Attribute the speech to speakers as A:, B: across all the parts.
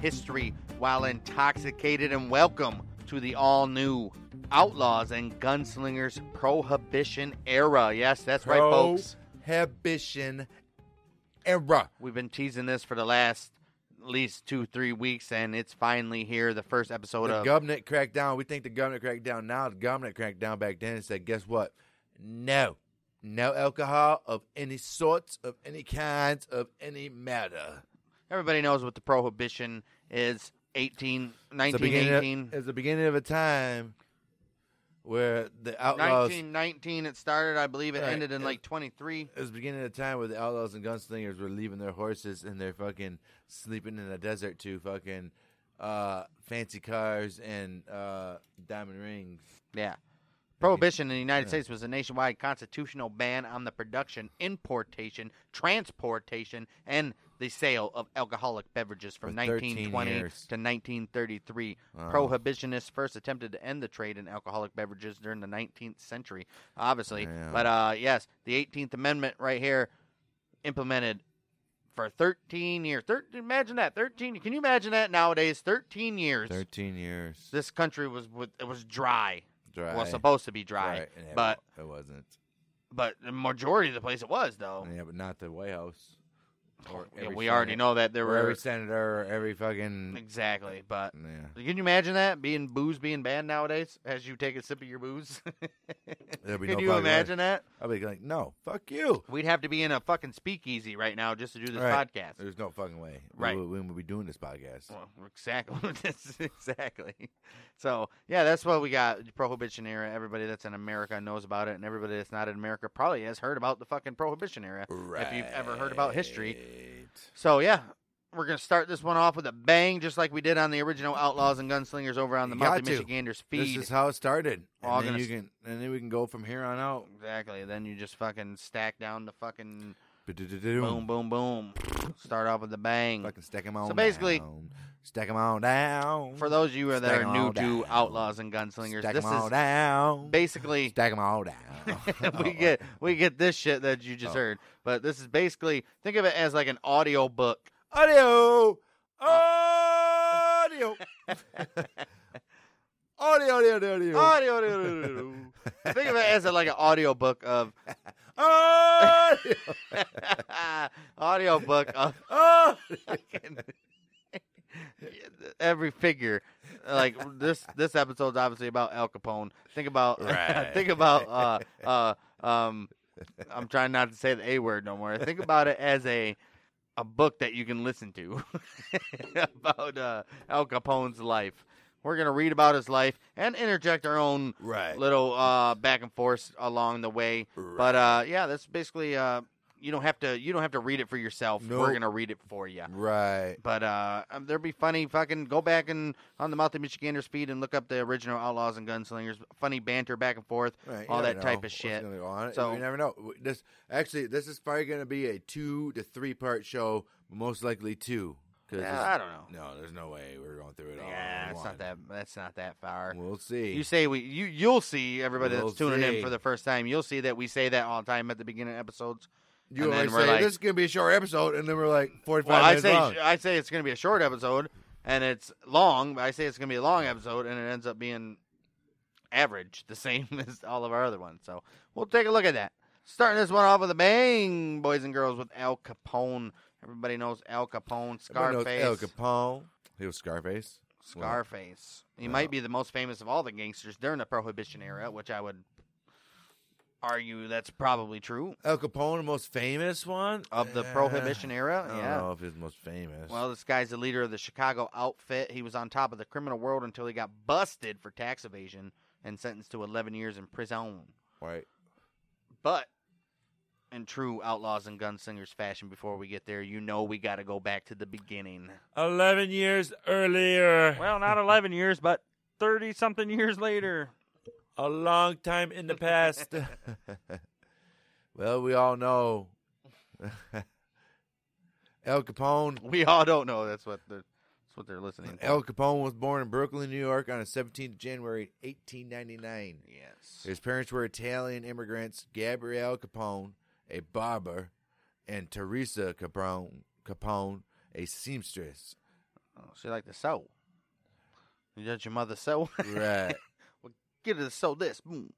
A: history while intoxicated, and welcome to the all new Outlaws and Gunslingers Prohibition Era. Yes, that's right, folks.
B: Prohibition era.
A: We've been teasing this for the last at least two, three weeks, and it's finally here. The first episode
B: The
A: of
B: government cracked down. We think the government cracked down now. The government cracked down back then and said, guess what? No. No alcohol of any sorts, of any kinds, of any matter.
A: everybody knows what the prohibition is 18,
B: It's the beginning of-
A: 1918.
B: It's the beginning of a time where the outlaws.
A: 1919 it started, I believe it
B: Right.
A: ended in
B: It-
A: like 23.
B: It was the beginning of the time where the outlaws and gunslingers were leaving their horses and they're fucking sleeping in the desert to fucking uh, fancy cars and uh, diamond rings.
A: Yeah. Prohibition in the United States was a nationwide constitutional ban on the production, importation, transportation, and the sale of alcoholic beverages from
B: For 13
A: 1920 to
B: years.
A: 1933.
B: Wow.
A: Prohibitionists first attempted to end the trade in alcoholic beverages during the 19th century, obviously.
B: Yeah.
A: But uh, yes, the 18th Amendment right here implemented for 13 years. 13, imagine that. 13. Can you imagine that nowadays? 13 years.
B: Thirteen years.
A: This country was with, it was dry.
B: dry.
A: Well, supposed to be dry,
B: Right, and it
A: but
B: wa- it wasn't.
A: but the majority of the place it was though.
B: Yeah, but not the White House. Or
A: Oh, Yeah,
B: every
A: we already
B: senate-
A: know that there
B: or
A: were
B: every senator, or every fucking.
A: exactly, but
B: Yeah,
A: can you imagine that being booze being banned nowadays? As you take a sip of your booze,
B: There'd be
A: can
B: no
A: you
B: fucking-
A: imagine that?
B: I'd be like, no, fuck you.
A: We'd have to be in a fucking speakeasy right now just to do this
B: Right.
A: podcast.
B: There's no fucking way.
A: Right.
B: We, would- we would be doing this podcast.
A: Well, exactly. That's exactly. So yeah, that's what we got. the Prohibition era. Everybody that's in America knows about it, and everybody that's not in America probably has heard about the fucking Prohibition era if you've ever heard about history.
B: Right.
A: So yeah, we're gonna start this one off with a bang, just like we did on the original Outlaws and Gunslingers over on the
B: You got
A: Mountain
B: to.
A: Michiganders feed.
B: This is how it started.
A: All
B: And then
A: gonna
B: you
A: s-
B: can, and then we can go from here on out.
A: exactly. Then you just fucking stack down the fucking boom,
B: Boom.
A: boom, boom. Start off with a bang.
B: Fucking stack them on.
A: basically-
B: down. stack them on down.
A: For those of you that are
B: Stack 'em
A: new
B: all
A: to
B: down.
A: Outlaws and Gunslingers,
B: stack
A: this
B: them all
A: is
B: down.
A: basically
B: Stack them all down.
A: we get we get this shit that you just
B: Oh.
A: heard. But this is basically think of it as like an audio book.
B: audio, audio, audio, audio, audio, audio,
A: Audio. think of it as a, like an audio book of
B: audio.
A: audio book of
B: audio.
A: every figure like this this episode's obviously about al capone think about
B: Right.
A: think about uh uh um i'm trying not to say the a word no more think about it as a a book that you can listen to about uh al capone's life we're gonna read about his life and interject our own
B: Right.
A: little uh back and forth along the way but uh yeah that's basically uh you don't have to you don't have to read it for yourself we're
B: Nope.
A: gonna read it for you
B: right.
A: but uh, um, there'd be funny fucking go back and on the Mouth of Michiganders feed and look up the original Outlaws and Gunslingers. Funny banter back and forth,
B: Right, you
A: all
B: never
A: that
B: know
A: type of
B: what's
A: shit.
B: gonna go on.
A: So-
B: you never know. W- This actually, this is probably going to be a two to three part show, most likely two. Cause
A: Yeah,
B: this-
A: Uh, I don't know.
B: No, there's no way we're going through it all.
A: yeah,
B: in
A: it's
B: one.
A: not that. That's not that far.
B: We'll see.
A: You say we you you'll see everybody
B: We'll
A: that's tuning in
B: see.
A: for the first time. You'll see that we say that all the time at the beginning of episodes.
B: You
A: and
B: always
A: then we're
B: say
A: like-
B: this is going to be a short episode, and then we're like 45
A: Well, I
B: minutes
A: say
B: long.
A: I say it's going to be a short episode and it's long. But I say it's going to be a long episode and it ends up being average, the same as all of our other ones. So we'll take a look at that. Starting this one off with a bang, boys and girls, with Al Capone. Everybody knows Al Capone,
B: Everyone knows
A: Scarface.
B: El Capone. He was Scarface.
A: Scarface. He
B: Yeah.
A: might be the most famous of all the gangsters during the Prohibition era, which I would argue that's probably true
B: El Capone, the most famous one
A: of the
B: Eh,
A: Prohibition era.
B: I don't
A: yeah.
B: know if he's most famous.
A: Well, this guy's the leader of the Chicago outfit. He was on top of the criminal world until he got busted for tax evasion and sentenced to 11 years in prison.
B: right.
A: But in true outlaws and gunslingers fashion, before we get there, you know we got to go back to the beginning.
B: 11 years earlier,
A: Well, not 11 years, but 30 something years later.
B: a long time in the past. well, we all know El Capone.
A: We all don't know. That's what they're, that's what they're listening for.
B: El Capone was born in Brooklyn, New York on the 17th of January 1899.
A: yes.
B: His parents were Italian immigrants Gabrielle Capone, a barber, and Teresa Capone, Capone, a seamstress.
A: Oh, she like to sew. You let your mother sew?
B: Right.
A: Get her to sew this. Boom.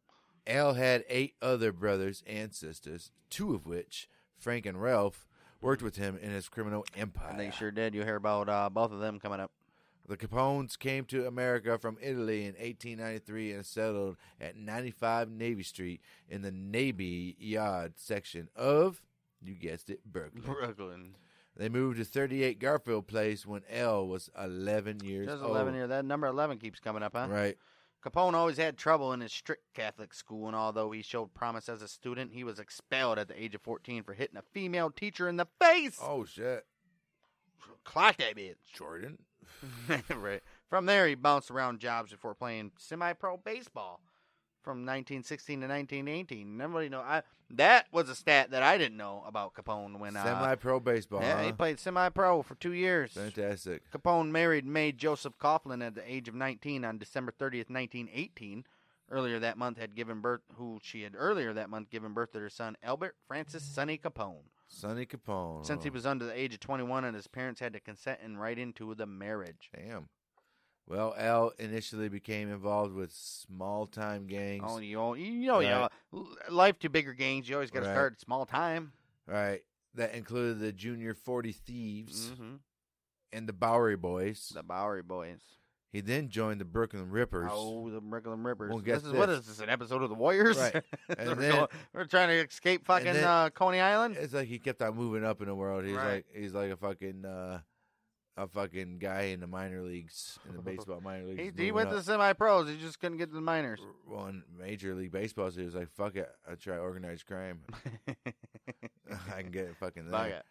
B: Al had eight other brothers and sisters, two of which, Frank and Ralph, worked with him in his criminal empire.
A: And they sure did. You hear about uh, both of them coming up.
B: The Capones came to America from Italy in 1893 and settled at 95 Navy Street in the Navy Yard section of, you guessed it, Brooklyn.
A: Brooklyn.
B: They moved to 38 Garfield Place when L was 11 years
A: Just
B: old.
A: 11 here. That number 11 keeps coming up, huh?
B: Right.
A: Capone always had trouble in his strict Catholic school, and although he showed promise as a student, he was expelled at the age of 14 for hitting a female teacher in the face.
B: Oh, shit.
A: Clock that bitch.
B: Jordan?
A: right. From there, he bounced around jobs before playing semi-pro baseball from 1916 to 1918. Nobody know. I that was a stat that I didn't know about Capone when uh,
B: Semi pro baseball.
A: yeah,
B: huh?
A: he played semi-pro for two years.
B: Fantastic.
A: Capone married May Joseph Coughlin at the age of 19 on December 30th, 1918. Earlier that month had given birth who she had earlier that month given birth to her son Albert Francis Sonny Capone.
B: Sonny Capone.
A: Since he was under the age of 21 and his parents had to consent and right into the marriage.
B: Damn. Well, Al initially became involved with small time gangs.
A: Oh, you, all, you know, yeah,
B: Right.
A: life to bigger gangs. You always got to
B: Right.
A: start small time.
B: Right. That included the Junior 40 Thieves
A: hmm
B: and the Bowery Boys.
A: The Bowery Boys.
B: He then joined the Brooklyn Rippers.
A: Oh, the Brooklyn Rippers.
B: Well,
A: this
B: guess
A: is what
B: this.
A: is this? An episode of the Warriors?
B: Right.
A: we're,
B: then-
A: going- we're trying to escape fucking
B: then-
A: uh, Coney Island.
B: It's like he kept on moving up in the world. He's
A: Right.
B: like he's like a fucking uh, a fucking guy in the minor leagues in the baseball minor leagues.
A: He,
B: he's
A: he
B: moving
A: went
B: up.
A: to semi pros. He just couldn't get to the minors.
B: well, in Major League Baseball, so he was like, "Fuck it, I try organized crime. I can get it fucking there."
A: Fuck it.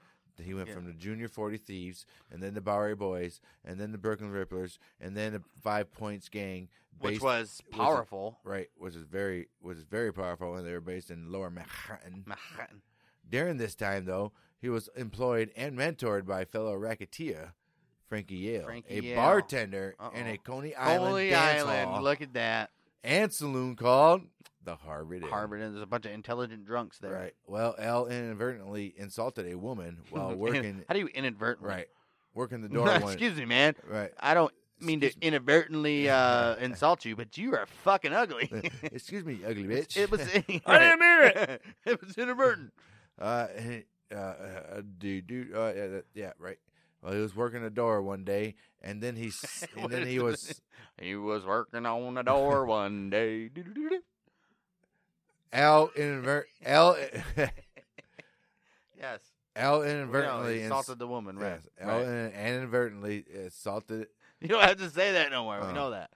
B: He went
A: Yeah.
B: from the Junior 40 Thieves, and then the Bowery Boys, and then the Brooklyn Ripplers, and then the Five Points Gang.
A: Which
B: based-
A: was powerful.
B: right, which is very which is very powerful, and they were based in Lower Manhattan.
A: Manhattan.
B: During this time, though, he was employed and mentored by fellow racketeer Frankie Yale,
A: Frankie
B: a
A: Yale.
B: bartender
A: Uh-oh.
B: in a Coney Island
A: Coney
B: dance
A: Island.
B: hall
A: Look at that.
B: and saloon called the Harvard Inn.
A: Harvard, and there's a bunch of intelligent drunks there.
B: Right. Well, L inadvertently insulted a woman while working.
A: How do you inadvertently?
B: right. Working the door. one,
A: Excuse me, man.
B: right.
A: I don't mean to
B: Excuse
A: inadvertently uh, insult you, but you are fucking ugly.
B: Excuse me, you ugly
A: It's-
B: bitch.
A: it was.
B: I didn't mean
A: it. it was inadvertent.
B: Uh, and, uh, uh, dude, dude, uh, yeah, that- yeah, right. Well, he was working a door one day, and then he, s- and
A: What
B: then
A: is
B: he
A: it?
B: was
A: He was working on the door one day. Doo-doo-doo-doo.
B: Al inadvert Al
A: yes.
B: Al
A: We know,
B: inadvertently
A: he
B: ins-
A: insulted the woman, right?
B: yes, Al
A: right.
B: in- inadvertently uh, insulted,
A: You don't have to say that no more.
B: Uh-huh.
A: We know that.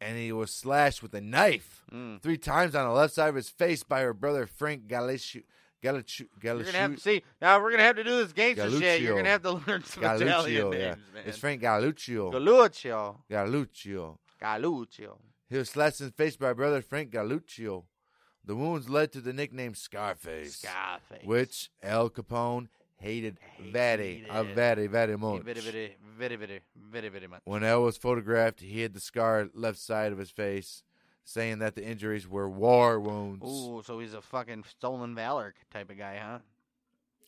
B: and he was slashed with a knife
A: Mm.
B: three times on the left side of his face by her brother Frank Galichu Galichu
A: You're gonna have to
B: Galichu.
A: see. Now we're gonna have to do this gangster shit. You're
B: Galluccio.
A: gonna have to learn some Italian
B: Galuccio, yeah.
A: names, man.
B: It's Frank Galuccio.
A: Galluccio.
B: Galuccio.
A: Galluccio.
B: He was slashed in the face by brother Frank Galuccio. The wounds led to the nickname Scarface,
A: Scarface.
B: which Al Capone hated,
A: Hated
B: very, uh,
A: it.
B: very, very
A: Hey,
B: much.
A: Very, very, very, very, very, very much.
B: When L was photographed, he had the scar left side of his face, saying that the injuries were war wounds.
A: Ooh, so he's a fucking stolen valor type of guy, huh?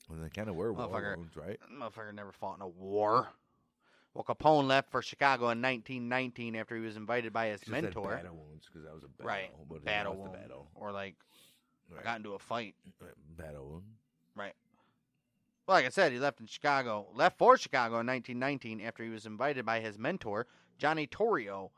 B: Well, they kind of were war
A: Motherfucker.
B: wounds, right?
A: Motherfucker never fought in a war. Well, Capone left for Chicago in 1919 after he was invited by his mentor.
B: battle wounds because that was a battle.
A: Right.
B: but it
A: Battle
B: was the
A: wound.
B: battle.
A: Or like
B: Right.
A: got into a fight.
B: Right, Uh, Battle wound.
A: Well, like I said, he left in Chicago, left for Chicago in 1919 after he was invited by his mentor, Johnny Torrio,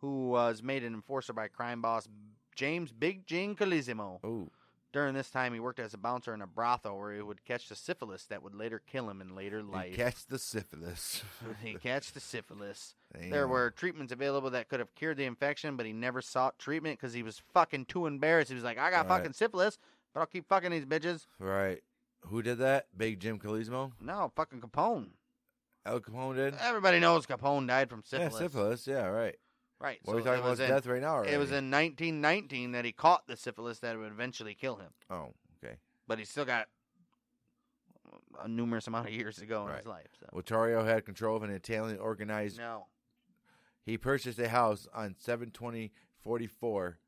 A: who was made an enforcer by crime boss James Big Jing Colissimo.
B: Ooh,
A: During this time, he worked as a bouncer in a brothel where he would catch the syphilis that would later kill him in later
B: and
A: life.
B: catch the syphilis.
A: he catch the syphilis. There
B: Damn.
A: were treatments available that could have cured the infection, but he never sought treatment because he was fucking too embarrassed. He was like, I got
B: Right.
A: fucking syphilis, but I'll keep fucking these bitches.
B: right. Who did that? Big Jim Calismo?
A: No, fucking Capone.
B: Al Capone did.
A: Everybody knows Capone died from
B: Yeah,
A: Uh, syphilis.
B: syphilis. Yeah, right.
A: Right.
B: What
A: so
B: are we talking
A: it
B: about?
A: was
B: His
A: in-
B: death right now. Already?
A: It was in 1919 that he caught the syphilis that would eventually kill him,
B: Oh, okay.
A: but he still got a numerous amount of years to go in his
B: Right.
A: life. So.
B: Otario had control of an Italian organized
A: No.
B: He purchased a house on 72044.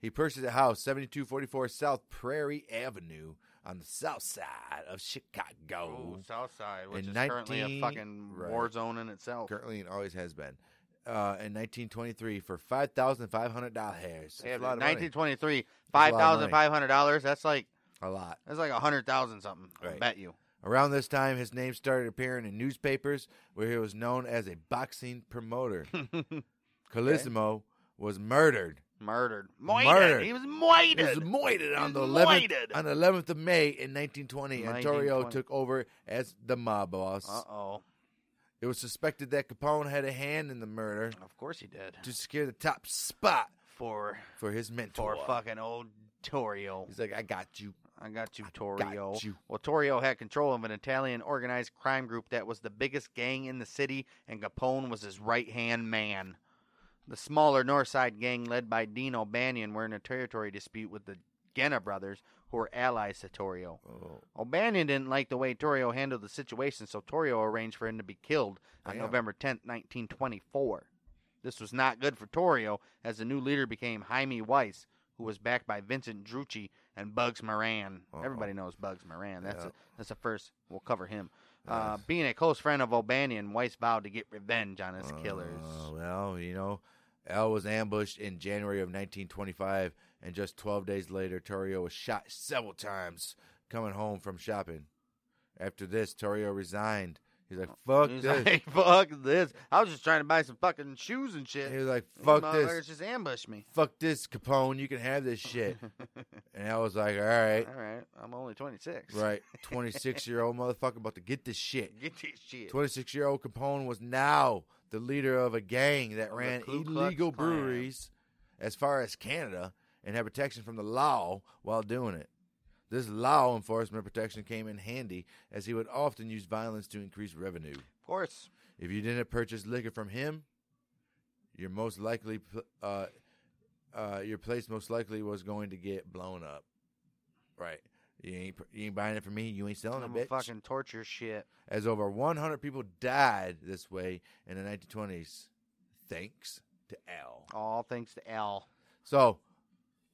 B: He purchased a house 7244 South Prairie Avenue on the south side of Chicago.
A: Ooh, South Side, which
B: Oh. In
A: is currently
B: 19
A: a fucking
B: right.
A: war zone in itself.
B: Currently and always has been. Uh, in 1923 for $5,500. That's
A: They had
B: a lot of money.
A: 1923,
B: That's a lot of money.
A: $5,500. That's like
B: A lot.
A: that's like a 100,000 something, I
B: Right.
A: bet you.
B: Around this time, his name started appearing in newspapers where he was known as a boxing promoter. Colissimo was murdered.
A: Murdered. Moited.
B: Murdered.
A: He was
B: He was
A: moited.
B: moited
A: He
B: on the
A: was
B: 11th
A: moited.
B: on the 11th of May in 1920. Ontario
A: 1920.
B: took over as the mob boss.
A: Uh-oh.
B: It was suspected that Capone had a hand in the murder
A: Of course he did.
B: to secure the top spot
A: For
B: for his mentor.
A: for fucking old Torio.
B: He's like, I got you.
A: I got you, Torio.
B: you.
A: Well, Torio had control of an Italian organized crime group that was the biggest gang in the city, and Capone was his right hand man. The smaller Northside gang, led by Dino Banyan, were in a territory dispute with the Genna brothers, who were allies to Torio.
B: Oh,
A: O'Banion didn't like the way Torrio handled the situation, so Torrio arranged for him to be killed on
B: Damn.
A: November 10th, 1924. This was not good for Torrio, as the new leader became Jaime Weiss, who was backed by Vincent Drucci and Bugs Moran.
B: Uh-oh.
A: Everybody knows Bugs Moran. That's
B: Yeah.
A: a, that's the first. We'll cover him. Uh, being a close friend of O'Banion, Weiss vowed to get revenge on his killers.
B: Uh, well, you know, Al was ambushed in January of 1925, and just 12 days later, Torrio was shot several times coming home from shopping. After this, Torrio resigned. He's like, Uh, fuck
A: He's
B: this.
A: like, fuck this. I was just trying to buy some fucking shoes and shit.
B: he was like,
A: You
B: fuck
A: motherfuckers
B: this.
A: just ambushed me.
B: Fuck this, Capone. You can have this shit. and I was like, all right,
A: All right, I'm only 26.
B: right. 26 year old motherfucker about to get this shit.
A: Get this shit.
B: 26 year old Capone was now the leader of a gang that
A: the
B: ran
A: Ku Klux
B: illegal
A: Klan.
B: breweries as far as Canada and had protection from the law while doing it. This law enforcement protection came in handy as he would often use violence to increase revenue.
A: Of course.
B: If you didn't purchase liquor from him, your most likely pl- uh, uh, your place most likely was going to get blown up. Right. You ain't pur- you ain't buying it from me. You ain't selling
A: I'm
B: it,
A: a
B: bitch
A: fucking torture shit.
B: as over 100 people died this way in the 1920s, thanks to Al.
A: All thanks to Al.
B: So,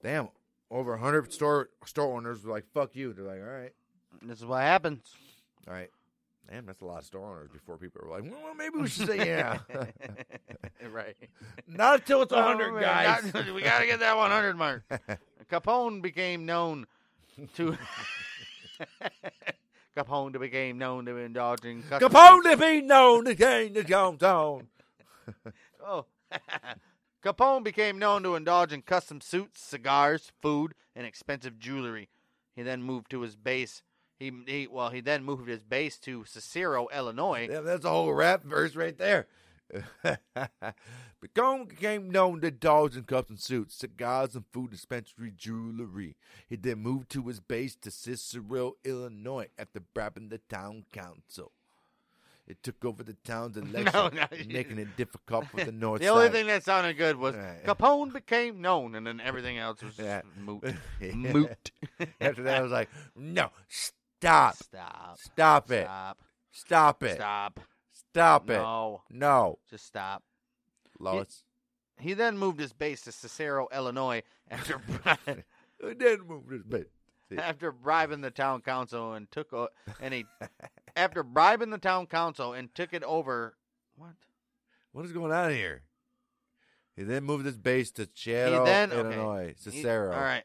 B: damn, over 100 store store owners were like, "Fuck you." They're like, "All right,
A: This is what happens.
B: all right." Damn, that's a lot of store owners before people were like, "Well, maybe we should say yeah."
A: right.
B: Not until it's 100,
A: Oh, man,
B: guys.
A: God, we got to get that 100 mark. Capone became known to. Capone became known to indulging.
B: Capone to be known, the king of Jonestown.
A: Oh. Capone became known to indulge in custom suits, cigars, food, and expensive jewelry. He then moved to his base. He, he well, he then moved his base to Cicero, Illinois.
B: Yeah, that's a whole rap verse right there. Become became known to dogs in cups and suits, cigars and food dispensary jewelry. He then moved to his base to Cicero, Illinois, after bribing the town council. It took over the town's election,
A: no, you-
B: making it difficult for the north
A: The only
B: side.
A: thing that sounded good was
B: Right.
A: Capone became known, and then everything else was
B: Yeah.
A: moot.
B: Yeah.
A: Moot.
B: after that, I was like, "No, stop,
A: Stop.
B: stop it,
A: Stop.
B: stop it,
A: Stop.
B: stop it,
A: No.
B: no,
A: Just stop.
B: Lois."
A: He then moved his base to Cicero, Illinois, after bri-
B: Who did move this bit?
A: after bribing the town council and took o- and he after bribing the town council and took it over. What?
B: What is going on here? He then moved his base to Chero,
A: then- okay.
B: Illinois.
A: He-
B: Cicero.
A: all right.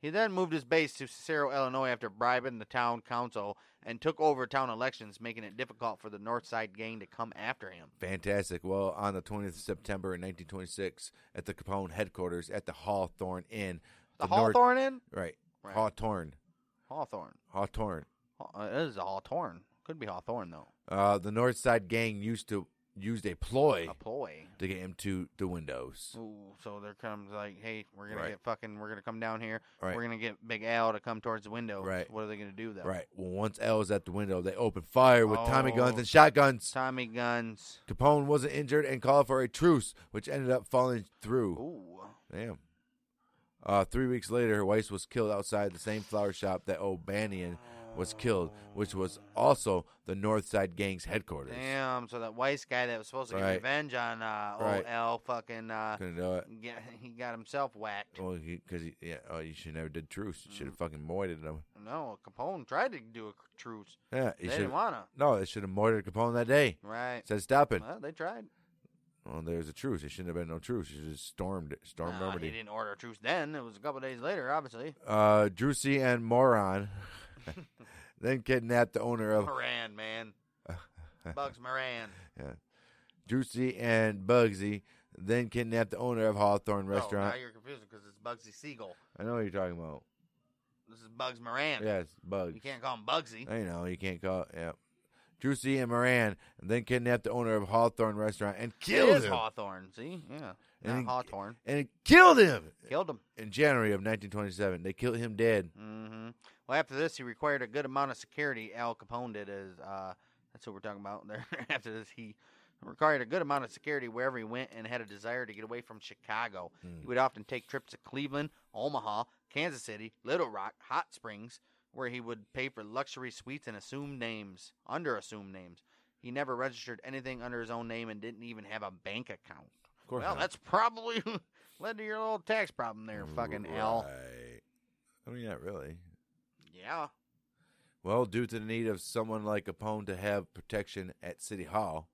A: He then moved his base to Cicero, Illinois after bribing the town council and took over town elections, making it difficult for the North Side gang to come after him.
B: Fantastic. Well, on the 20th of September in 1926, at the Capone headquarters at the Hawthorne Inn.
A: The,
B: North-
A: Hawthorne Inn?
B: right.
A: Right.
B: Hawthorne.
A: Hawthorne.
B: Hawthorne.
A: Haw- uh, It is a Hawthorne. Could be Hawthorne, though.
B: Uh, the North Side gang used to used a ploy
A: A ploy.
B: to get him to the windows.
A: Ooh, so there comes like, hey, we're gonna
B: Right.
A: get fucking, we're gonna come down here,
B: Right.
A: we're gonna get Big Al to come towards the window.
B: Right.
A: What are they gonna do though?
B: Right. Well, once L was at the window, they opened fire with Tommy guns
A: Oh.
B: and shotguns.
A: Tommy guns.
B: Capone wasn't injured and called for a truce, which ended up falling through.
A: Ooh.
B: Damn.
A: Oh,
B: Uh, three weeks later, Weiss was killed outside the same flower shop that O'Banion was killed, which was also the Northside Gang's headquarters.
A: Damn. So that Weiss guy that was supposed to
B: Right.
A: get revenge on uh, old
B: Right.
A: L fucking uh,
B: Couldn't do it.
A: get, he got himself whacked.
B: Well, because he, yeah, oh, you should never did truce. You should
A: Mm-hmm.
B: have fucking moited him.
A: No, Capone tried to do a truce.
B: Yeah,
A: They
B: you should.
A: didn't wanna.
B: No, they should have moitered Capone that day.
A: Right.
B: Said stop it.
A: Well, they tried.
B: Well, there's a truce. It shouldn't have been no truce. You should have stormed it. Stormed
A: Nah, he
B: Normandy.
A: didn't order a truce then. It was a couple days later, obviously.
B: Uh, Drusy and Moron then kidnapped the owner of
A: Moran, man. Bugs Moran.
B: Drusy and Bugsy. Then kidnapped the owner of Hawthorne
A: Oh,
B: Restaurant.
A: now you're confusing because it's Bugsy Siegel.
B: I know what you're talking about.
A: This is Bugs Moran.
B: Yes, Bugs.
A: You can't call him Bugsy.
B: I know you can't call. Yeah, Drusy and Moran. then kidnapped the owner of Hawthorne Restaurant and
A: it
B: killed
A: is
B: him.
A: Hawthorne. See? Yeah. Not
B: And-
A: Hawthorne.
B: and it killed him
A: Killed him.
B: in January of 1927. They killed him dead.
A: hmm Well, after this, he required a good amount of security. Al Capone did is uh, that's what we're talking about there. after this, he required a good amount of security wherever he went and had a desire to get away from Chicago.
B: Mm.
A: He would often take trips to Cleveland, Omaha, Kansas City, Little Rock, Hot Springs, where he would pay for luxury suites and assumed names under assumed names. He never registered anything under his own name and didn't even have a bank account.
B: Of course.
A: Well,
B: not.
A: that's probably led to your little tax problem there, fucking Al.
B: Right. I mean, not really.
A: Yeah.
B: Well, due to the need of someone like Capone to have protection at City Hall,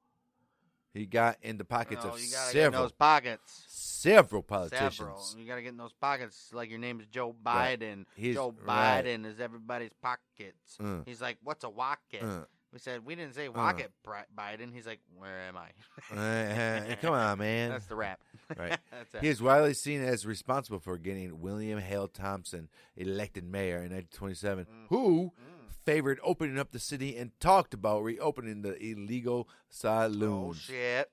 B: he got in the pockets
A: No,
B: of
A: you gotta get in
B: several
A: those pockets.
B: several politicians.
A: Several. You gotta get in those pockets. Like your name is Joe
B: Right.
A: Biden.
B: He's-
A: Joe
B: right.
A: Biden is everybody's pockets.
B: Mm.
A: He's like, what's a wocket?
B: Uh,
A: We said we didn't say wocket Bri- Biden. He's like, where am I?
B: uh, come on, man.
A: That's the rap.
B: right.
A: That's it.
B: He is widely seen as responsible for getting William Hale Thompson elected mayor in 1927,
A: Mm.
B: who favored opening up the city and talked about reopening the illegal
A: oh
B: saloons.
A: shit.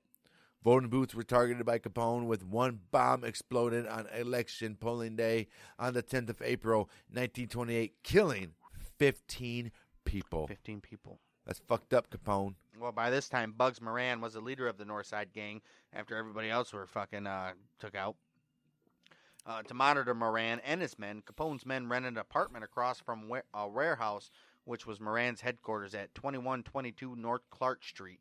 B: Voting booths were targeted by Capone, with one bomb exploding on election polling day on the 10th of April, 1928, killing 15 people.
A: Fifteen people.
B: That's fucked up, Capone.
A: Well, by this time, Bugs Moran was the leader of the Northside Gang after everybody else were fucking uh, took out. Uh, to monitor Moran and his men, Capone's men rented an apartment across from wa- a warehouse, which was Moran's headquarters at 2122 North Clark Street.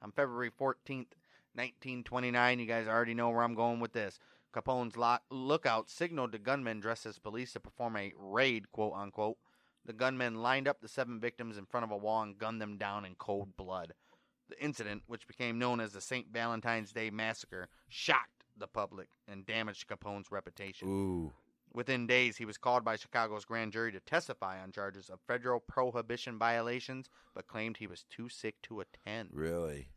A: On February 14th, 1929, you guys already know where I'm going with this. Capone's lot- lookout signaled to gunmen dressed as police to perform a raid, quote unquote. The gunmen lined up the seven victims in front of a wall and gunned them down in cold blood. The incident, which became known as the St. Valentine's Day Massacre, shocked the public and damaged Capone's reputation.
B: Ooh.
A: Within days, he was called by Chicago's grand jury to testify on charges of federal prohibition violations, but claimed he was too sick to attend.
B: Really?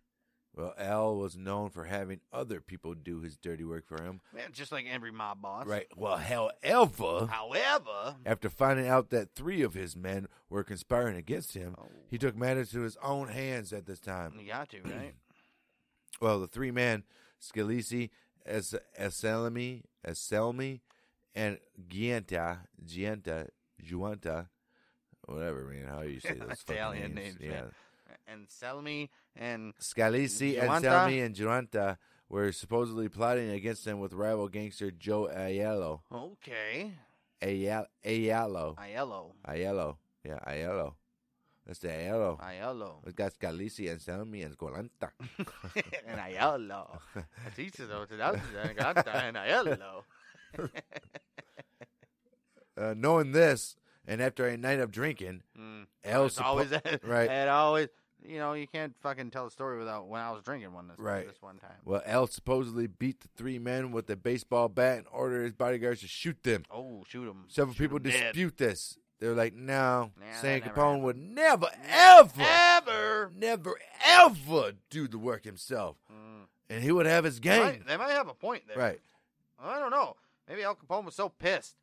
B: Well, Al was known for having other people do his dirty work for him.
A: Man, just like every mob boss.
B: Right. Well, however,
A: However,
B: after finding out that three of his men were conspiring against him,
A: Oh.
B: he took matters to his own hands at this time.
A: you got to, right?
B: Well, the three men, Scalisi, Es- Eselmi, Eselmi, and Gianta, Gianta, Juanta, whatever, man, how you say those fucking
A: Italian
B: names.
A: names, man. and Selmy and
B: Scalisi,
A: Giunta?
B: Anselmi, and Giunta were supposedly plotting against them with rival gangster Joe Aiello.
A: okay,
B: Aiel- Aiello.
A: Aiello,
B: Aiello. Yeah, Aiello. That's the Aiello.
A: Aiello,
B: It's got Scalisi, Anselmi, and Scolanta.
A: and Aiello. That's each of those. That was and Aiello.
B: Uh, knowing this, and after a night of drinking,
A: Mm.
B: Al
A: It's always
B: right.
A: It always. You know, you can't fucking tell a story without when I was drinking one this,
B: Right.
A: this one time.
B: Well, Al supposedly beat the three men with a baseball bat and ordered his bodyguards to shoot them.
A: Oh, shoot him.
B: Several people dispute this. They're like, no,
A: Nah,
B: saying
A: that never
B: Capone
A: happened.
B: would never, ever,
A: Ever.
B: never, ever do the work himself.
A: Mm.
B: And he would have his gang.
A: Might- they might have a point there.
B: Right.
A: I don't know. Maybe Al Capone was so pissed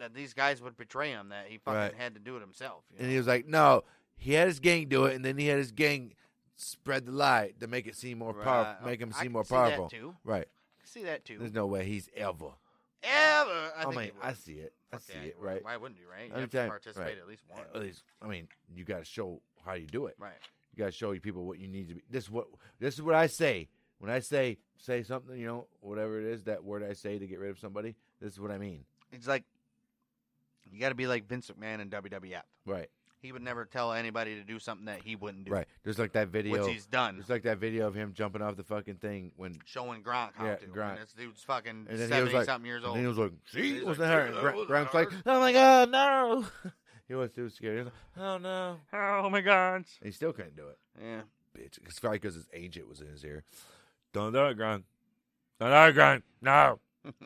A: that these guys would betray him that he fucking
B: Right.
A: had to do it himself. you
B: And
A: know?
B: he was like, no, he had his gang do it, and then he had his gang spread the lie to make it seem more
A: Right.
B: powerful, make him
A: I
B: seem
A: can
B: more
A: see that
B: powerful.
A: too.
B: Right.
A: I see that too.
B: There's no way he's ever.
A: Ever. I,
B: I,
A: think he
B: mean,
A: would.
B: I see it. I
A: Fuck
B: see
A: yeah,
B: it,
A: he would.
B: right?
A: Why wouldn't you, right? You
B: Every
A: have to
B: time-
A: participate
B: right.
A: at least once.
B: At least, I mean, you got to show how you do it.
A: Right.
B: You gotta show you people what you need to be. This is what this is what I say when I say say something. You know, whatever it is that word I say to get rid of somebody. This is what I mean.
A: It's like you got to be like Vince McMahon in WWF.
B: Right.
A: he would never tell anybody to do something that he wouldn't do.
B: Right. There's like that
A: Which
B: video.
A: he's done.
B: There's like that video of him jumping off the fucking thing when.
A: Showing Gronk how
B: Yeah,
A: to.
B: Gronk.
A: And this dude's fucking
B: And then he was
A: seventy
B: like-
A: something years
B: And
A: old.
B: then he was like, "See,
A: He's
B: it wasn't
A: like,
B: her?"
A: "Yeah,
B: And
A: that
B: Gr-
A: wasn't
B: Gronk's like,
A: ours."
B: "Oh my god, no!" he was too scared. He was like, "Oh no!"
A: oh my god.
B: And he still couldn't do it,
A: Yeah.
B: bitch. It's probably because his agent was in his ear. Don't do it, Gronk. Don't do it, Gronk. No,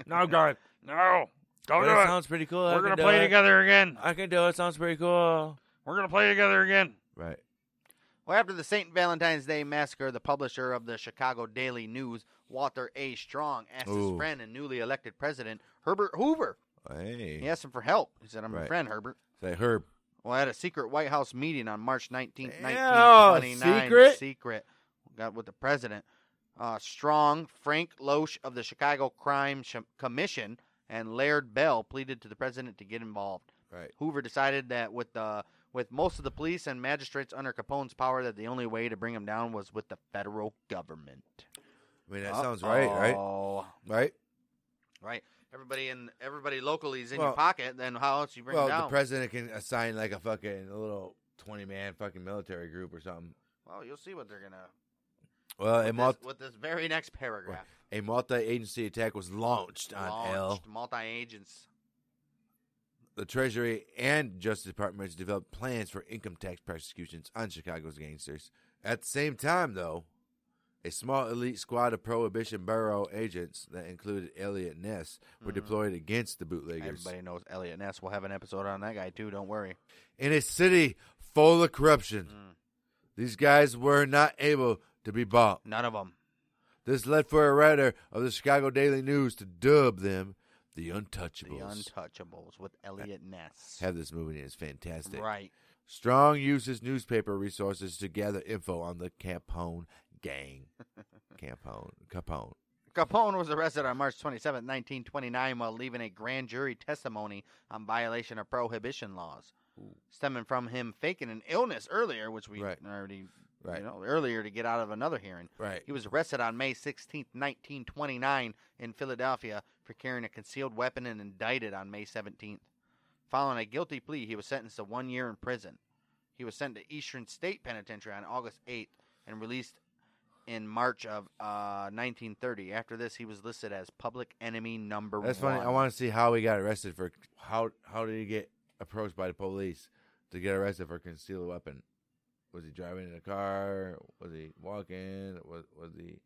B: no, Gronk.
A: No. Don't
B: But
A: do
B: it
A: it.
B: sounds pretty cool. I
A: We're
B: can
A: gonna
B: do
A: play
B: it.
A: together again.
B: I can do it. Sounds pretty cool.
A: We're gonna play together again.
B: Right.
A: Well, after the St. Valentine's Day massacre, the publisher of the Chicago Daily News, Walter A. Strong, asked
B: Ooh.
A: his friend and newly elected president, Herbert Hoover.
B: Hey.
A: He asked him for help. He said, I'm your
B: Right.
A: friend, Herbert.
B: Say, Herb.
A: Well, at a secret White House meeting on March 19th,
B: Yeah,
A: 1929.
B: secret?
A: Secret. Got with the president. Uh, Strong, Frank Loesch of the Chicago Crime Sh- Commission, and Laird Bell pleaded to the president to get involved.
B: Right.
A: Hoover decided that with the with most of the police and magistrates under Capone's power, that the only way to bring him down was with the federal government.
B: I mean, that sounds right, right?
A: Uh-oh.
B: Uh, Right?
A: Right. Everybody in everybody locally is in
B: Well-
A: your pocket. Then how else you bring
B: Well,
A: him
B: the
A: down?
B: president can assign like a fucking a little 20 man fucking military group or something.
A: well, you'll see what they're gonna
B: Well, a,
A: with,
B: multi-
A: this, with this very next paragraph.
B: a multi agency attack was launched on L.
A: Launched multi-agents.
B: The Treasury and Justice Departments developed plans for income tax prosecutions on Chicago's gangsters. At the same time, though, a small elite squad of Prohibition Bureau agents that included Elliot Ness were deployed against the bootleggers.
A: Mm-hmm. Everybody knows Elliot Ness. We'll have an episode on that guy too. Don't worry.
B: in a city full of corruption. These guys were not able to be bought.
A: None of them.
B: This led for a writer of the Chicago Daily News to dub them the
A: The
B: Untouchables.
A: Untouchables with Elliot Ness.
B: Have this movie is fantastic.
A: Right.
B: Strong uses newspaper resources to gather info on the Capone gang. Capone, Capone.
A: Capone was arrested on March 27, 1929, while leaving a grand jury testimony on violation of prohibition laws, stemming from him faking an illness earlier, which we
B: Right.
A: already,
B: Right.
A: you know, earlier to get out of another hearing.
B: Right.
A: He was arrested on May 16, 1929, in Philadelphia for carrying a concealed weapon and indicted on May 17th. Following a guilty plea, he was sentenced to one year in prison. He was sent to Eastern State Penitentiary on August 8th and released in March of uh, 1930. After this, he was listed as public enemy number
B: That's
A: one.
B: funny. I want to see how he got arrested for how how did he get approached by the police to get arrested for concealed weapon? Was he driving in a car? Was he walking? Was was he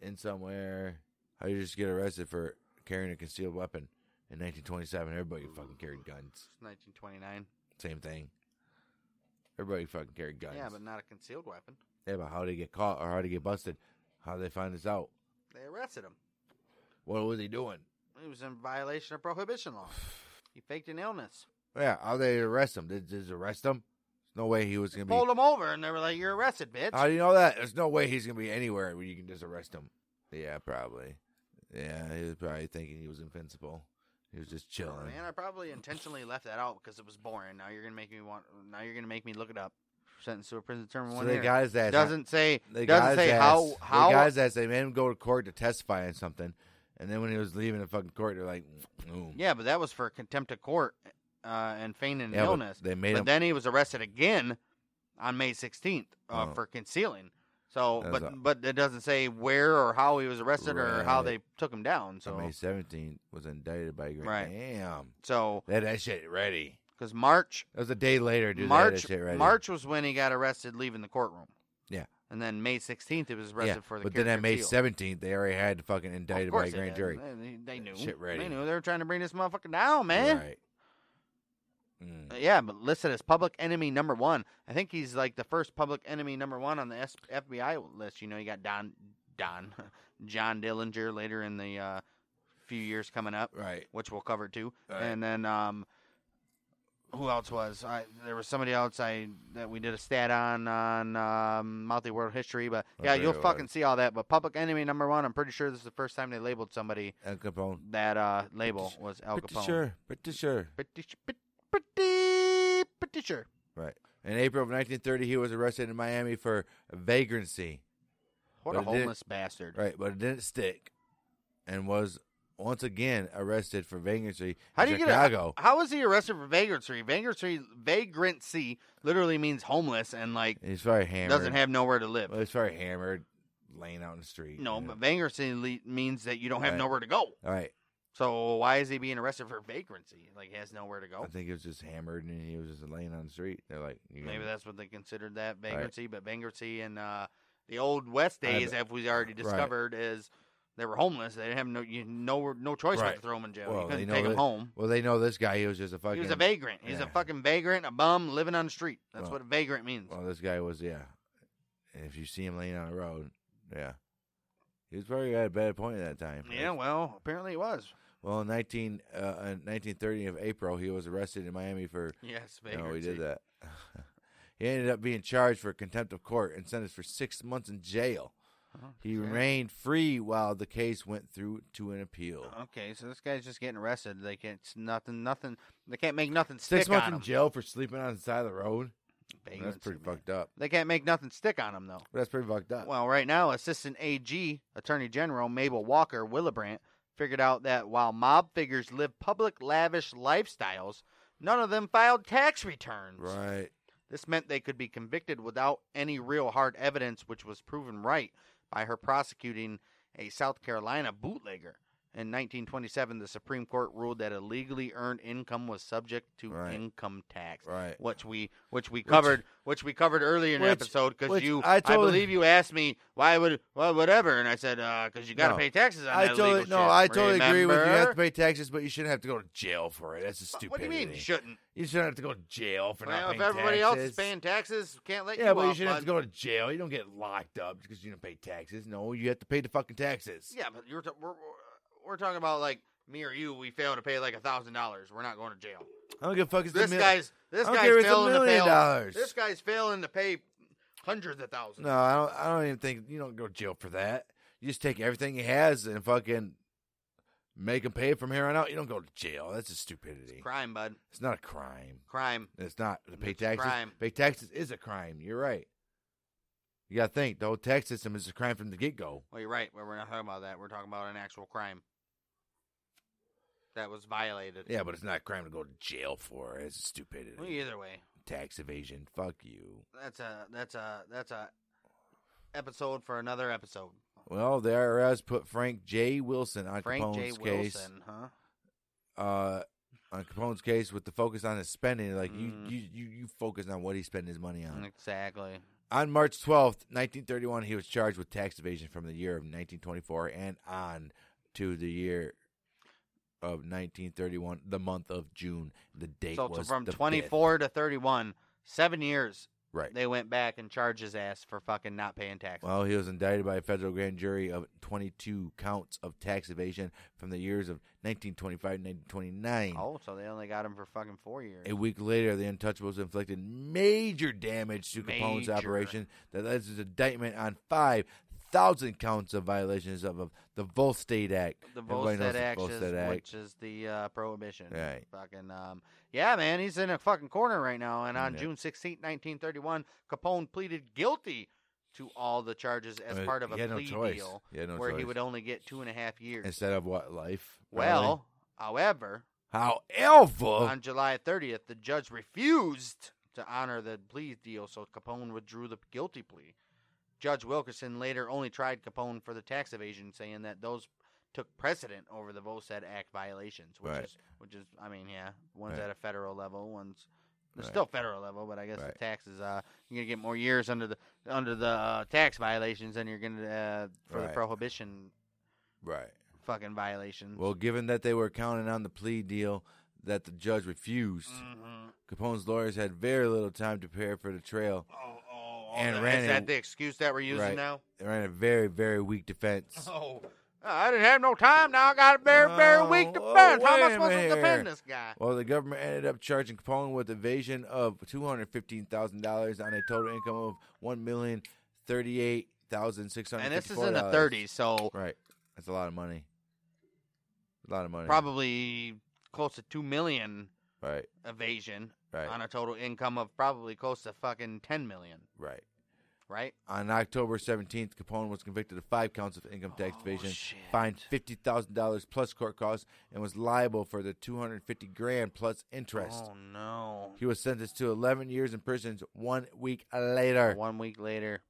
B: in somewhere? How did you just get arrested for carrying a concealed weapon in 1927? Everybody fucking carried guns.
A: It's 1929.
B: Same thing. Everybody fucking carried guns.
A: Yeah, but not a concealed weapon.
B: Yeah, but how did he get caught or how did he get busted? How did they find this out?
A: They arrested him.
B: What was he doing?
A: He was in violation of prohibition law. He faked an illness.
B: Yeah, how did they arrest him? Did they just arrest him? There's no way he was going to be.
A: Pulled him over, and they were like, "You're arrested, bitch."
B: How do you know that? There's no way he's gonna be anywhere where you can just arrest him. Yeah, probably. Yeah, he was probably thinking he was invincible. He was just
A: Oh,
B: chilling.
A: Man, I probably intentionally left that out because it was boring. Now you're gonna make me want. Now you're gonna make me look it up. Sentenced to a prison term of
B: So
A: one
B: they
A: year.
B: got his ass.
A: doesn't say.
B: They got
A: doesn't
B: his
A: say
B: ass.
A: how how
B: They got his ass. They made him go to court to testify on something, and then when he was leaving the fucking court, they're like, "Mm, "Ooh."
A: Yeah, but that was for contempt of court uh, and feigning
B: Yeah, but
A: illness.
B: They made
A: but
B: him.
A: then he was arrested again on May 16th uh,
B: Oh.
A: for concealing. So,
B: That's
A: but
B: a-
A: but it doesn't say where or how he was arrested or how
B: Right.
A: they took him down. So
B: on May 17th was indicted by.
A: Right.
B: Damn.
A: so
B: They had that shit ready.
A: because March
B: That was a day later, dude. they had
A: March
B: that shit ready.
A: March was when he got arrested leaving the courtroom.
B: Yeah.
A: And then May 16th, he was arrested for the
B: But then
A: character
B: on May
A: appeal.
B: 17th, they already had fucking
A: Of
B: indicted by
A: course
B: a
A: they
B: grand
A: did.
B: jury.
A: They, they knew.
B: Shit ready.
A: They knew they were trying to bring this motherfucker down, man.
B: Right. Mm.
A: Uh, Yeah, but listed as public enemy number one. I think he's like the first public enemy number one on the S- FBI list. You know, you got Don, Don, John Dillinger later in the uh, few years coming up,
B: Right.
A: which we'll cover too.
B: Right.
A: And then um, who else was? I, there was somebody else I that we did a stat on on um, multi world history, but
B: I
A: yeah,
B: forget
A: you'll
B: what it
A: fucking see all that. But public enemy number one, I'm pretty sure this is the first time they labeled somebody
B: Al Capone.
A: that uh, label
B: su-
A: was Al
B: Pretty
A: Capone.
B: sure. Pretty sure.
A: Pretty, su- pretty, pretty, pretty sure.
B: Right. In April of 1930, he was arrested in Miami for vagrancy.
A: What
B: But
A: a
B: it didn't-
A: homeless bastard.
B: Right, but it didn't stick, and was once again arrested for vagrancy
A: How
B: in
A: do you get a-
B: Chicago.
A: How was he arrested for vagrancy? Vagrancy, vagrancy, literally means homeless and like
B: he's very hammered.
A: doesn't have nowhere to live.
B: Well, he's very hammered, laying out in the street.
A: no,
B: you know.
A: but vagrancy le- means that you don't have
B: Right.
A: nowhere to go.
B: all right.
A: So why is he being arrested for vagrancy? Like he has nowhere to
B: I
A: go.
B: think he was just hammered and he was just laying on the street. They're like, you
A: Maybe
B: gonna-
A: that's what they considered that vagrancy. But vagrancy in uh, the old West
B: I-
A: days, as we already
B: right.
A: discovered, is they were homeless. They didn't have no you, no no choice but
B: Right.
A: to throw them in jail.
B: Well,
A: you
B: they
A: couldn't
B: know
A: take them
B: that-
A: home.
B: Well, they know this guy. He was just a fucking.
A: He was a vagrant. He's a
B: yeah.
A: fucking vagrant, a bum living on the street. That's
B: Well-
A: what vagrant means.
B: well, this guy was yeah. And if you see him laying on the road, yeah, he was probably at a bad point at that time.
A: yeah, well, apparently it was.
B: Well, in nineteen uh, uh, nineteen thirty of April, he was arrested in Miami for
A: Yes,
B: No, he
A: vagrancy.
B: did that. he ended up being charged for contempt of court and sentenced for six months in jail.
A: Oh,
B: He
A: shit.
B: remained free while the case went through to an appeal.
A: Okay, so this guy's just getting arrested. They can't it's nothing, nothing. They can't make nothing stick
B: Six months
A: on
B: in
A: him.
B: jail for sleeping on the side of the road. That's
A: Vagrancy,
B: pretty
A: man.
B: fucked up.
A: They can't make nothing stick on him though.
B: That's pretty fucked up.
A: Well, right now, Assistant AG Attorney General Mabel Walker Willebrandt figured out that while mob figures live public lavish lifestyles, none of them filed tax returns.
B: right.
A: This meant they could be convicted without any real hard evidence, which was proven right by her prosecuting a South Carolina bootlegger. In 1927, the Supreme Court ruled that illegally earned income was subject to
B: Right.
A: income tax,
B: Right.
A: which we which we covered which, we covered earlier in the
B: which-
A: episode because
B: which
A: you
B: I
A: I,
B: totally-
A: believe you asked me why would well whatever and I said because you got to
B: No.
A: pay taxes on
B: I
A: that
B: totally
A: illegal
B: no.
A: shit.
B: I totally agree with you. You have
A: Remember?
B: to pay taxes, but you shouldn't have to go to jail for it. That's a
A: What do
B: stupidity.
A: you mean shouldn't?
B: You shouldn't have to go to jail for
A: Well,
B: not
A: if
B: paying
A: everybody else is
B: taxes.
A: paying taxes, can't let
B: Yeah,
A: you
B: but you
A: off,
B: shouldn't have
A: bud.
B: to go to jail. You don't get locked up because you didn't pay taxes. No, you have to pay the fucking taxes.
A: Yeah, but you're t- we're, we're- we're talking about like me or you. We fail to pay like a thousand dollars. We're not going to jail.
B: I don't give a fuck. It's
A: This
B: a mil-
A: guy's this
B: I don't care
A: guy's
B: if it's a
A: failing to
B: million
A: fail.
B: dollars.
A: This guy's failing to pay hundreds of thousands.
B: No, I don't. I don't even think you don't go to jail for that. You just take everything he has and fucking make him pay it from here on out. You don't go to jail. That's just stupidity.
A: Crime, bud.
B: It's not a crime.
A: Crime.
B: It's not to pay
A: It's a
B: taxes.
A: crime.
B: Pay taxes is a crime. You're right. You gotta think the whole tax system is a crime from the get go.
A: Well, you're right. But we're not talking about that. We're talking about an actual crime that was violated.
B: Yeah, but it's not a crime to go to jail for. It's stupidity.
A: Well, either way,
B: Tax evasion. Fuck you.
A: that's a that's a that's a episode for another episode.
B: Well, the IRS put Frank J. Wilson on
A: Frank
B: Capone's
A: J.
B: case.
A: Wilson, huh?
B: uh, on Capone's case with the focus on his spending. Like
A: Mhm.
B: you, you, you, you focus on what he spent his money on.
A: Exactly.
B: On March twelfth, nineteen thirty-one, he was charged with tax evasion from the year of nineteen twenty-four and on to the year of nineteen thirty-one, the month of June. The date
A: So
B: was
A: from
B: the
A: 24 to 31, seven years.
B: fifth. Right.
A: They went back and charged his ass for fucking not paying taxes.
B: Well, he was indicted by a federal grand jury of 22 counts of tax evasion from the years of 1925 and 1929.
A: oh, so they only got him for fucking four years.
B: A week later, the Untouchables inflicted major damage to Capone's
A: Major.
B: operation that led to his indictment on 5,000 counts of violations of, of the Volstead Act.
A: the
B: Everybody
A: Volstead
B: knows
A: Act,
B: the
A: is,
B: Volstead Act.
A: which is the uh, prohibition.
B: Right.
A: Fucking um, yeah, man, he's in a fucking corner right now. And on
B: Yeah.
A: June 16, nineteen thirty-one, Capone pleaded guilty to all the charges as
B: Uh,
A: part of a
B: he had no
A: plea
B: choice.
A: deal,
B: He had no
A: where he
B: choice.
A: would only get two and a half years.
B: Instead of what, life?
A: well, however,
B: Probably? however,
A: On July 30th, the judge refused to honor the plea deal, so Capone withdrew the guilty plea. Judge Wilkerson later only tried Capone for the tax evasion, saying that those took precedent over the Volstead Act violations, which
B: Right.
A: is, which is, I mean, yeah, one's
B: Right.
A: at a federal level, one's they're
B: Right.
A: still federal level, but I guess
B: Right.
A: the taxes, uh, you're gonna get more years under the under the uh, tax violations than you're gonna uh, for the
B: Right.
A: prohibition
B: right.
A: fucking violations.
B: Well, given that they were counting on the plea deal that the judge refused,
A: Mhm.
B: Capone's lawyers had very little time to prepare for the trial
A: Oh, oh, oh,
B: And
A: that-
B: ran
A: is
B: it-
A: that the excuse that we're using
B: Right.
A: now?
B: They ran a very, very weak defense.
A: Oh, I didn't have no time. Now I got a very, very weak
B: Oh,
A: defense. How am
B: wait
A: I
B: a
A: supposed to
B: minute
A: defend
B: here.
A: this guy?
B: Well, the government ended up charging Capone with evasion of two hundred fifteen thousand dollars on a total income of one million thirty-eight thousand six hundred.
A: And this is in the 30s, so
B: Right, that's a lot of money. A lot of money.
A: probably close to two million
B: Right,
A: evasion
B: right,
A: on a total income of probably close to fucking 10 million.
B: right.
A: right?
B: On October 17th, Capone was convicted of five counts of income tax
A: Oh,
B: evasion,
A: shit.
B: fined fifty thousand dollars plus court costs, and was liable for the two hundred fifty grand plus interest.
A: Oh no.
B: He was sentenced to 11 years in prison one week later.
A: One week later,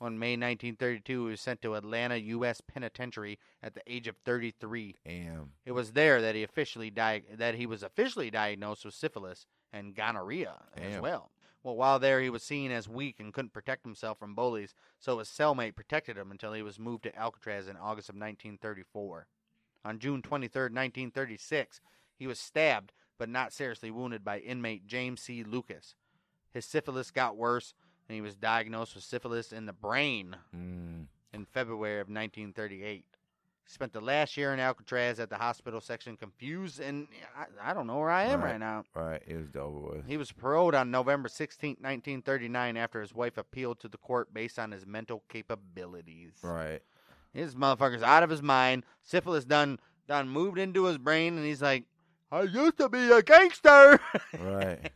A: on May 1932, he was sent to Atlanta U.S. Penitentiary at the age of 33.
B: Damn.
A: It was there that he officially di- that he was officially diagnosed with syphilis and gonorrhea as
B: Damn.
A: well. Well, while there, he was seen as weak and couldn't protect himself from bullies, so his cellmate protected him until he was moved to Alcatraz in August of 1934. On June 23, 1936, he was stabbed but not seriously wounded by inmate James C. Lucas. His syphilis got worse, and he was diagnosed with syphilis in the brain
B: Mm.
A: in February of 1938. Spent the last year in Alcatraz at the hospital section, confused and I, I don't know where I am
B: Right.
A: right now.
B: All right, it was over with.
A: He was paroled on November 16, 1939, after his wife appealed to the court based on his mental capabilities.
B: Right.
A: His motherfucker's out of his mind. Syphilis done done moved into his brain, and he's like, "I used to be a gangster.
B: Right.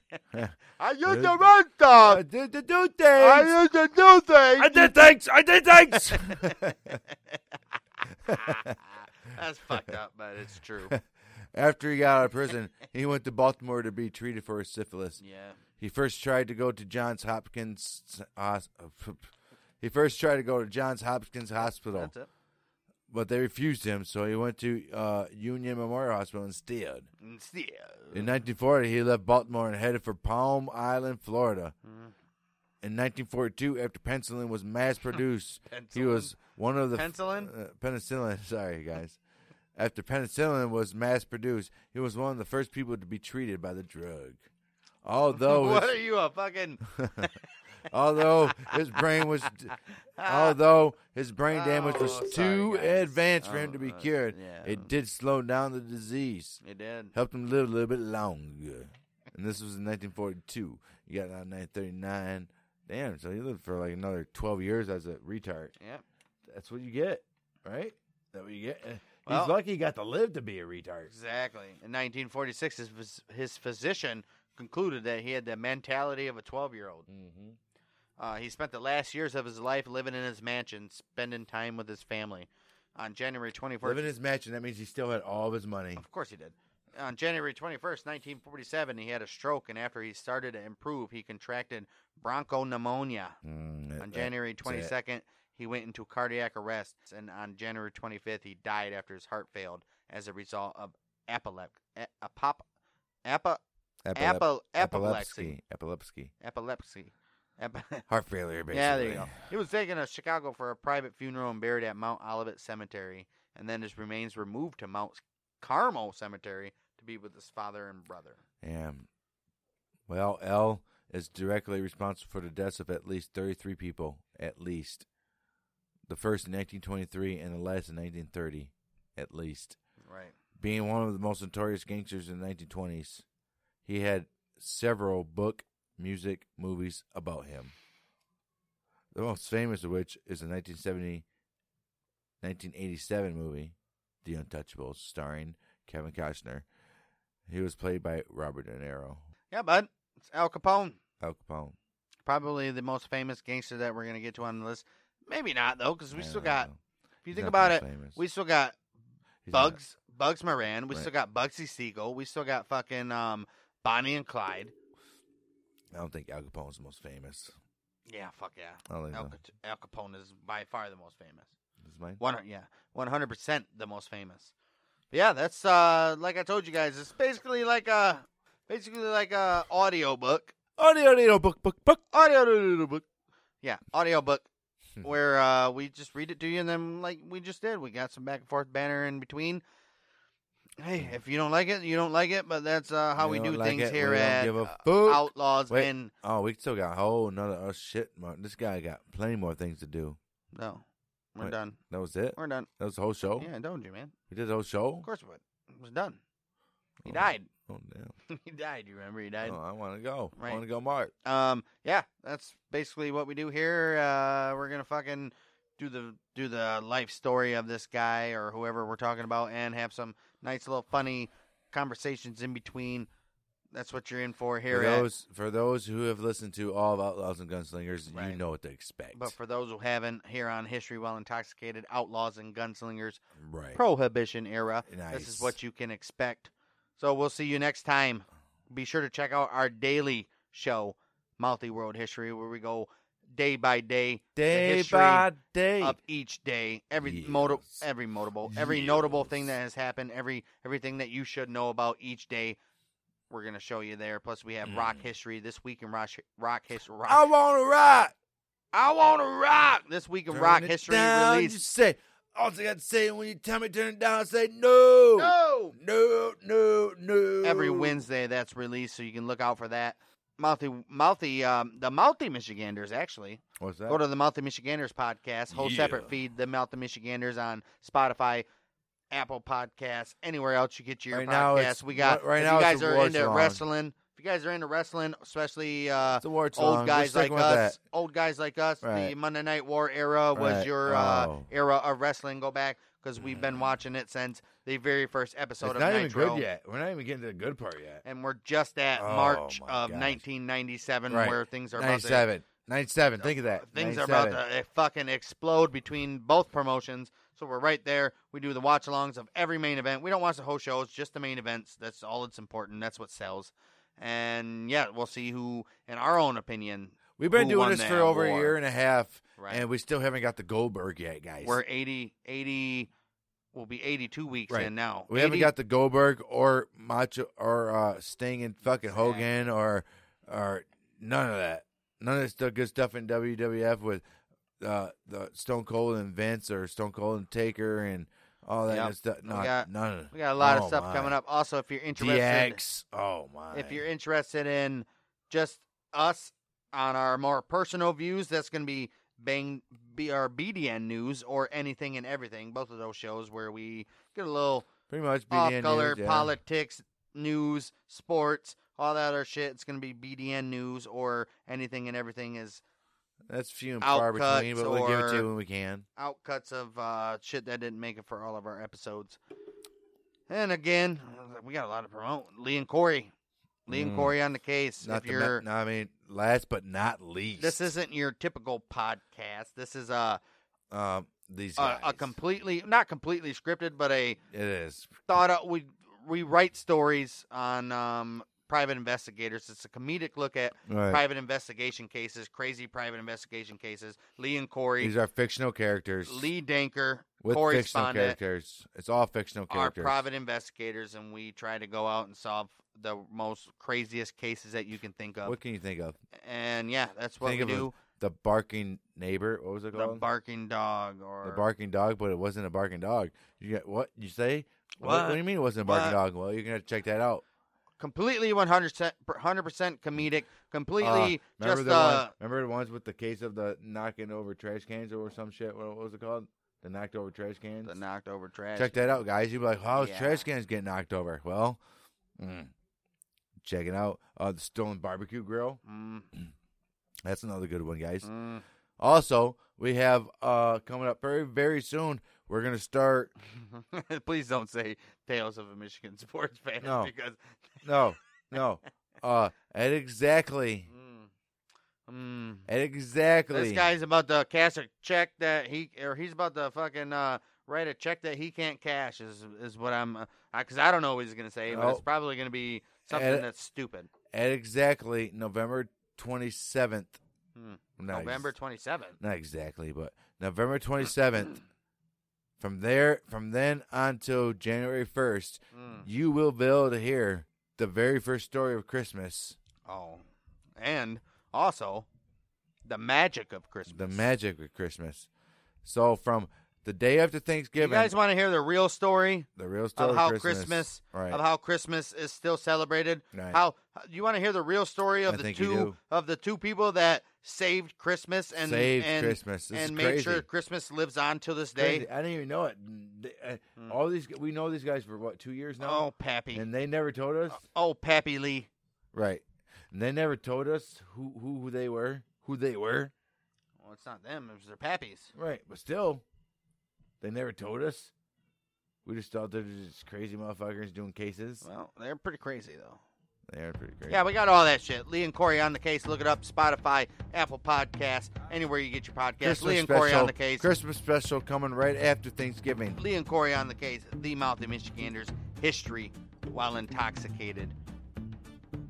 A: I used to
B: Good.
A: run
B: I
A: stuff.
B: did the do things.
A: I used to do things."
B: I did things. I did things.
A: That's fucked up, but it's true.
B: After he got out of prison, he went to Baltimore to be treated for his syphilis.
A: Yeah.
B: He first tried to go to Johns Hopkins. Uh, he first tried to go to Johns Hopkins Hospital.
A: That's it.
B: but they refused him, so he went to uh, Union Memorial Hospital instead.
A: And still-
B: In 1940, he left Baltimore and headed for Palm Island, Florida.
A: Mhm.
B: In 1942, after penicillin was mass produced, he was one of the
A: Penicillin?
B: uh, penicillin. Sorry, guys. after penicillin was mass produced, he was one of the first people to be treated by the drug. Although,
A: what
B: his-
A: are you a fucking?
B: although his brain was, although his brain damage was
A: Oh, sorry,
B: too
A: guys.
B: advanced for
A: Oh,
B: him to be
A: uh,
B: cured,
A: yeah.
B: it did slow down the disease,
A: It did.
B: helped him live a little bit longer. And this was in 1942. You got out in 1939. Damn, so he lived for like another 12 years as a retard.
A: Yep.
B: That's what you get, right? That what you get. Eh, He's
A: Well-
B: lucky he got to live to be a retard.
A: Exactly. In 1946, his phys- his physician concluded that he had the mentality of a 12 year old.
B: Mm-hmm.
A: Uh, he spent the last years of his life living in his mansion, spending time with his family. On January 21st,
B: Living his mansion, that means he still had all of his money.
A: Of course he did. On January 21st, 1947, he had a stroke, and after he started to improve, he contracted bronchopneumonia.
B: Mm,
A: On
B: that-
A: January
B: that's
A: 22nd, he went into cardiac arrest, and on January 25th, he died after his heart failed as a result of apolep- a- apop- apa-
B: Epilep-
A: apo- epilepsy.
B: epilepsy. Epilepsy.
A: Epilepsy. Ep-
B: Heart failure, basically.
A: yeah, there you go. He was taken to Chicago for a private funeral and buried at Mount Olivet Cemetery, and then his remains were moved to Mount Carmel Cemetery to be with his father and brother.
B: Yeah. Well, L is directly responsible for the deaths of at least 33 people, at least. The first in 1923 and the last in 1930, at least.
A: Right.
B: Being one of the most notorious gangsters in the 1920s, he had several book, music, movies about him. The most famous of which is the 1970 1987 movie, The Untouchables, starring Kevin Costner. He was played by Robert De Niro.
A: Yeah, bud. It's Al Capone.
B: Al Capone.
A: Probably the most famous gangster that we're going to get to on the list. Maybe not, though, because we
B: I
A: still
B: don't
A: got,
B: know.
A: if you
B: He's
A: think
B: not
A: about
B: that
A: it,
B: famous.
A: we still got
B: He's not-
A: Bugs, Bugs Moran. We
B: Right.
A: still got Bugsy Siegel. We still got fucking um, Bonnie and Clyde.
B: I don't think Al Capone's the most famous.
A: Yeah, fuck yeah.
B: I don't think
A: Al,
B: so.
A: Cap- Al Capone is by far the most famous.
B: Is mine?
A: One, yeah, one hundred percent the most famous. But yeah, that's uh, like I told you guys, it's basically like a, basically like a audio book,
B: Audio, audio, book, book, book.
A: audio book. Yeah, audio book,
B: Hmm.
A: where uh, we just read it to you, and then like we just did, we got some back and forth banter in between. Hey, if you don't like it, you don't like it, but that's uh, how
B: Hmm. We
A: we,
B: don't
A: do
B: like
A: things
B: it, we
A: here
B: don't
A: at
B: give a
A: uh,
B: fuck.
A: Outlaws
B: Wait.
A: In.
B: Oh, we still got a whole another oh shit. Mark. This guy got plenty more things to do.
A: No, we're
B: Wait. Oh.
A: done.
B: That was it.
A: We're done.
B: That was the whole show.
A: Yeah, I told you, man.
B: We did the whole show.
A: Of course, we would. It was done. He
B: Oh.
A: died.
B: Oh damn.
A: he died. You remember? He died.
B: Oh, I want to go.
A: Right.
B: I want to go, Mark.
A: Um, yeah, that's basically what we do here. Uh, we're gonna fucking do the do the life story of this guy or whoever we're talking about, and have some nice little funny conversations in between. That's what you're in for here.
B: For
A: at-
B: those, for those who have listened to all of Outlaws and Gunslingers, you
A: Right.
B: know what to expect.
A: but for those who haven't, here on History While Intoxicated, Outlaws and Gunslingers,
B: right.
A: Prohibition Era. This
B: Nice.
A: is what you can expect. So we'll see you next time. Be sure to check out our daily show, Mouthy World History, where we go day by day
B: day
A: history
B: by day.
A: of each day, every moto,
B: Yes.
A: every notable, every notable thing that
B: Yes.
A: has happened, every everything that you should know about each day. We're gonna show you there. Plus, we have rock
B: Mm.
A: history this week in rock rock history. Rock,
B: I want to rock.
A: I want to rock this week in
B: Turn
A: rock
B: it
A: history
B: down, You
A: release.
B: say all you got to say when you tell me turn it down. I say no,
A: No,
B: no, no, no.
A: every Wednesday that's released, so you can look out for that. Mouthy, mouthy, um, the mouthy Michiganders actually.
B: What's that?
A: Go to the Mouthy Michiganders podcast, whole separate
B: Yeah.
A: feed. The Mouthy Michiganders on Spotify, Apple Podcasts, anywhere else you get your
B: Right
A: podcasts.
B: now it's-
A: we got.
B: right
A: if
B: now
A: you
B: it's
A: guys
B: a
A: are
B: war
A: into
B: song.
A: wrestling. If you guys are into wrestling, especially uh,
B: it's a war song.
A: old guys
B: We're
A: like
B: sticking with
A: us, old guys like us, the
B: Right.
A: Monday Night War era was
B: Right.
A: your uh,
B: Oh.
A: era of wrestling. Go back because we've been watching it since the very first
B: That.
A: episode
B: It's
A: of
B: not even
A: Nitro
B: good yet. We're not even getting to the good part yet.
A: and we're just at
B: Oh,
A: March
B: my
A: of
B: gosh.
A: 1997,
B: Right.
A: where things are about to,
B: 97. 97. Think of that.
A: things are
B: 97.
A: about to uh, fucking explode between both promotions. So we're right there. We do the watch-alongs of every main event. We don't watch the whole shows, just the main events. That's all that's important. That's what sells. And yeah, we'll see who, in our own opinion,
B: We've been
A: who
B: doing
A: won
B: this
A: that
B: for over a
A: war.
B: year and a half,
A: right?
B: and we still haven't got the Goldberg yet, guys.
A: we're 80, 80, will be 82 weeks
B: Right.
A: in now.
B: we haven't
A: 80
B: got the Goldberg or Macho or uh, Sting and fucking
A: Exactly.
B: Hogan or or none of that. None of this stuff- good stuff in WWF with uh, the Stone Cold and Vince or Stone Cold and Taker and all that
A: Yep.
B: good stuff. No,
A: got-
B: none of it.
A: we got a lot
B: Oh,
A: of stuff
B: my.
A: coming up. Also, if you're interested,
B: DX. Oh my!
A: If you're interested in just us on our more personal views, that's going to be Bang be our BDN news or anything and everything. Both of those shows where we get a little
B: pretty much
A: off
B: BDN
A: color
B: news, yeah.
A: politics, news, sports, all that other shit. It's going to be BDN news or anything and everything is
B: That's few and far between,
A: outcuts
B: but we'll give it to
A: or-
B: you when we can.
A: outcuts of uh, shit that didn't make it for all of our episodes. And again, we got a lot to promote. Lee and Corey, Lee and
B: Mm.
A: Corey on the case.
B: Not
A: if
B: the
A: you're
B: ma- no, I mean, last but not least,
A: This isn't your typical podcast. This is a
B: um, these
A: a, a
B: guys.
A: completely not completely scripted, but a
B: It is
A: thought out. We we write stories on um, private investigators. It's a comedic look at
B: right.
A: private investigation cases, crazy private investigation cases. Lee and Corey,
B: These are fictional characters.
A: Lee Danker,
B: with
A: Corey
B: fictional
A: Spondit
B: characters. It's all fictional
A: are
B: characters.
A: private investigators, and we try to go out and solve the most craziest cases that you can think of.
B: What can you think of?
A: and yeah, that's what
B: Think
A: we
B: of a
A: do.
B: The barking neighbor. What was it
A: The
B: called?
A: barking dog, or
B: The barking dog, but it wasn't a barking dog. You got what you say? What, what do you mean it wasn't a barking dog? Well, you're gonna have to check that out.
A: completely 100% 100% comedic completely
B: Ah, Remember
A: just
B: the
A: uh
B: one, remember the ones with the case of the knocking over trash cans or some shit. What, what was it called? The knocked over trash cans.
A: the knocked over trash
B: check that out, guys. You'd be like, "How's
A: Yeah.
B: trash cans getting knocked over?" Well, mm, check it out. Uh, the Stone Barbecue Grill.
A: mm,
B: That's another good one, guys.
A: mm.
B: Also, we have uh coming up very very soon. We're gonna start.
A: please don't say tales of a michigan sports fan
B: No.
A: because
B: No, no. Uh, at exactly,
A: mm, mm.
B: at exactly.
A: this guy's about to cash a check that he or he's about to fucking uh write a check that he can't cash is is what i'm because uh, I, 'cause I don't know what he's gonna say but it's
B: Nope.
A: probably gonna be something
B: Oh. And-
A: that's stupid
B: at exactly November twenty seventh.
A: Hmm. november 27th
B: Not exactly, but November twenty seventh. From there, from then until January first,
A: Mm.
B: you will be able to hear the very first story of Christmas,
A: Oh, and also the magic of Christmas.
B: the magic of Christmas. So from the day after
A: You
B: Thanksgiving,
A: guys want to hear the real story
B: the real story
A: of how
B: Christmas,
A: Christmas,
B: right?
A: of how Christmas is still celebrated?
B: Right.
A: How you want to hear the real story of
B: I
A: the
B: think you
A: two
B: do.
A: of the two people that saved Christmas and
B: Saved
A: and,
B: Christmas. This is
A: and made sure
B: crazy.
A: Christmas lives on till this
B: Crazy.
A: day?
B: I didn't even know it. Mm, they- uh, All these we know these guys for what two years now,
A: Hmm. Oh, Pappy.
B: and they never told us.
A: oh, Pappy Lee.
B: Right, and they never told us who, who who they were, who they were.
A: Well, it's not them. It was their pappies.
B: Right, but still, they never told us. We just thought they were just crazy motherfuckers doing cases.
A: Well, they're pretty crazy though.
B: They are pretty great.
A: Yeah, we got all that shit. Lee and Corey on the case. Look it up. Spotify, Apple Podcasts, anywhere you get your podcast. Lee and Corey on the case.
B: Christmas special coming right after Thanksgiving.
A: Lee and Corey on the case. The Mouthy Michiganders history while intoxicated.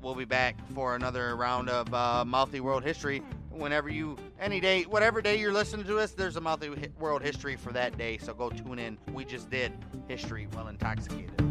A: We'll be back for another round of uh, Mouthy World History. Whenever you, any day, whatever day you're listening to us, there's a Mouthy Hi- World History for that day. So go tune in. We just did history while intoxicated.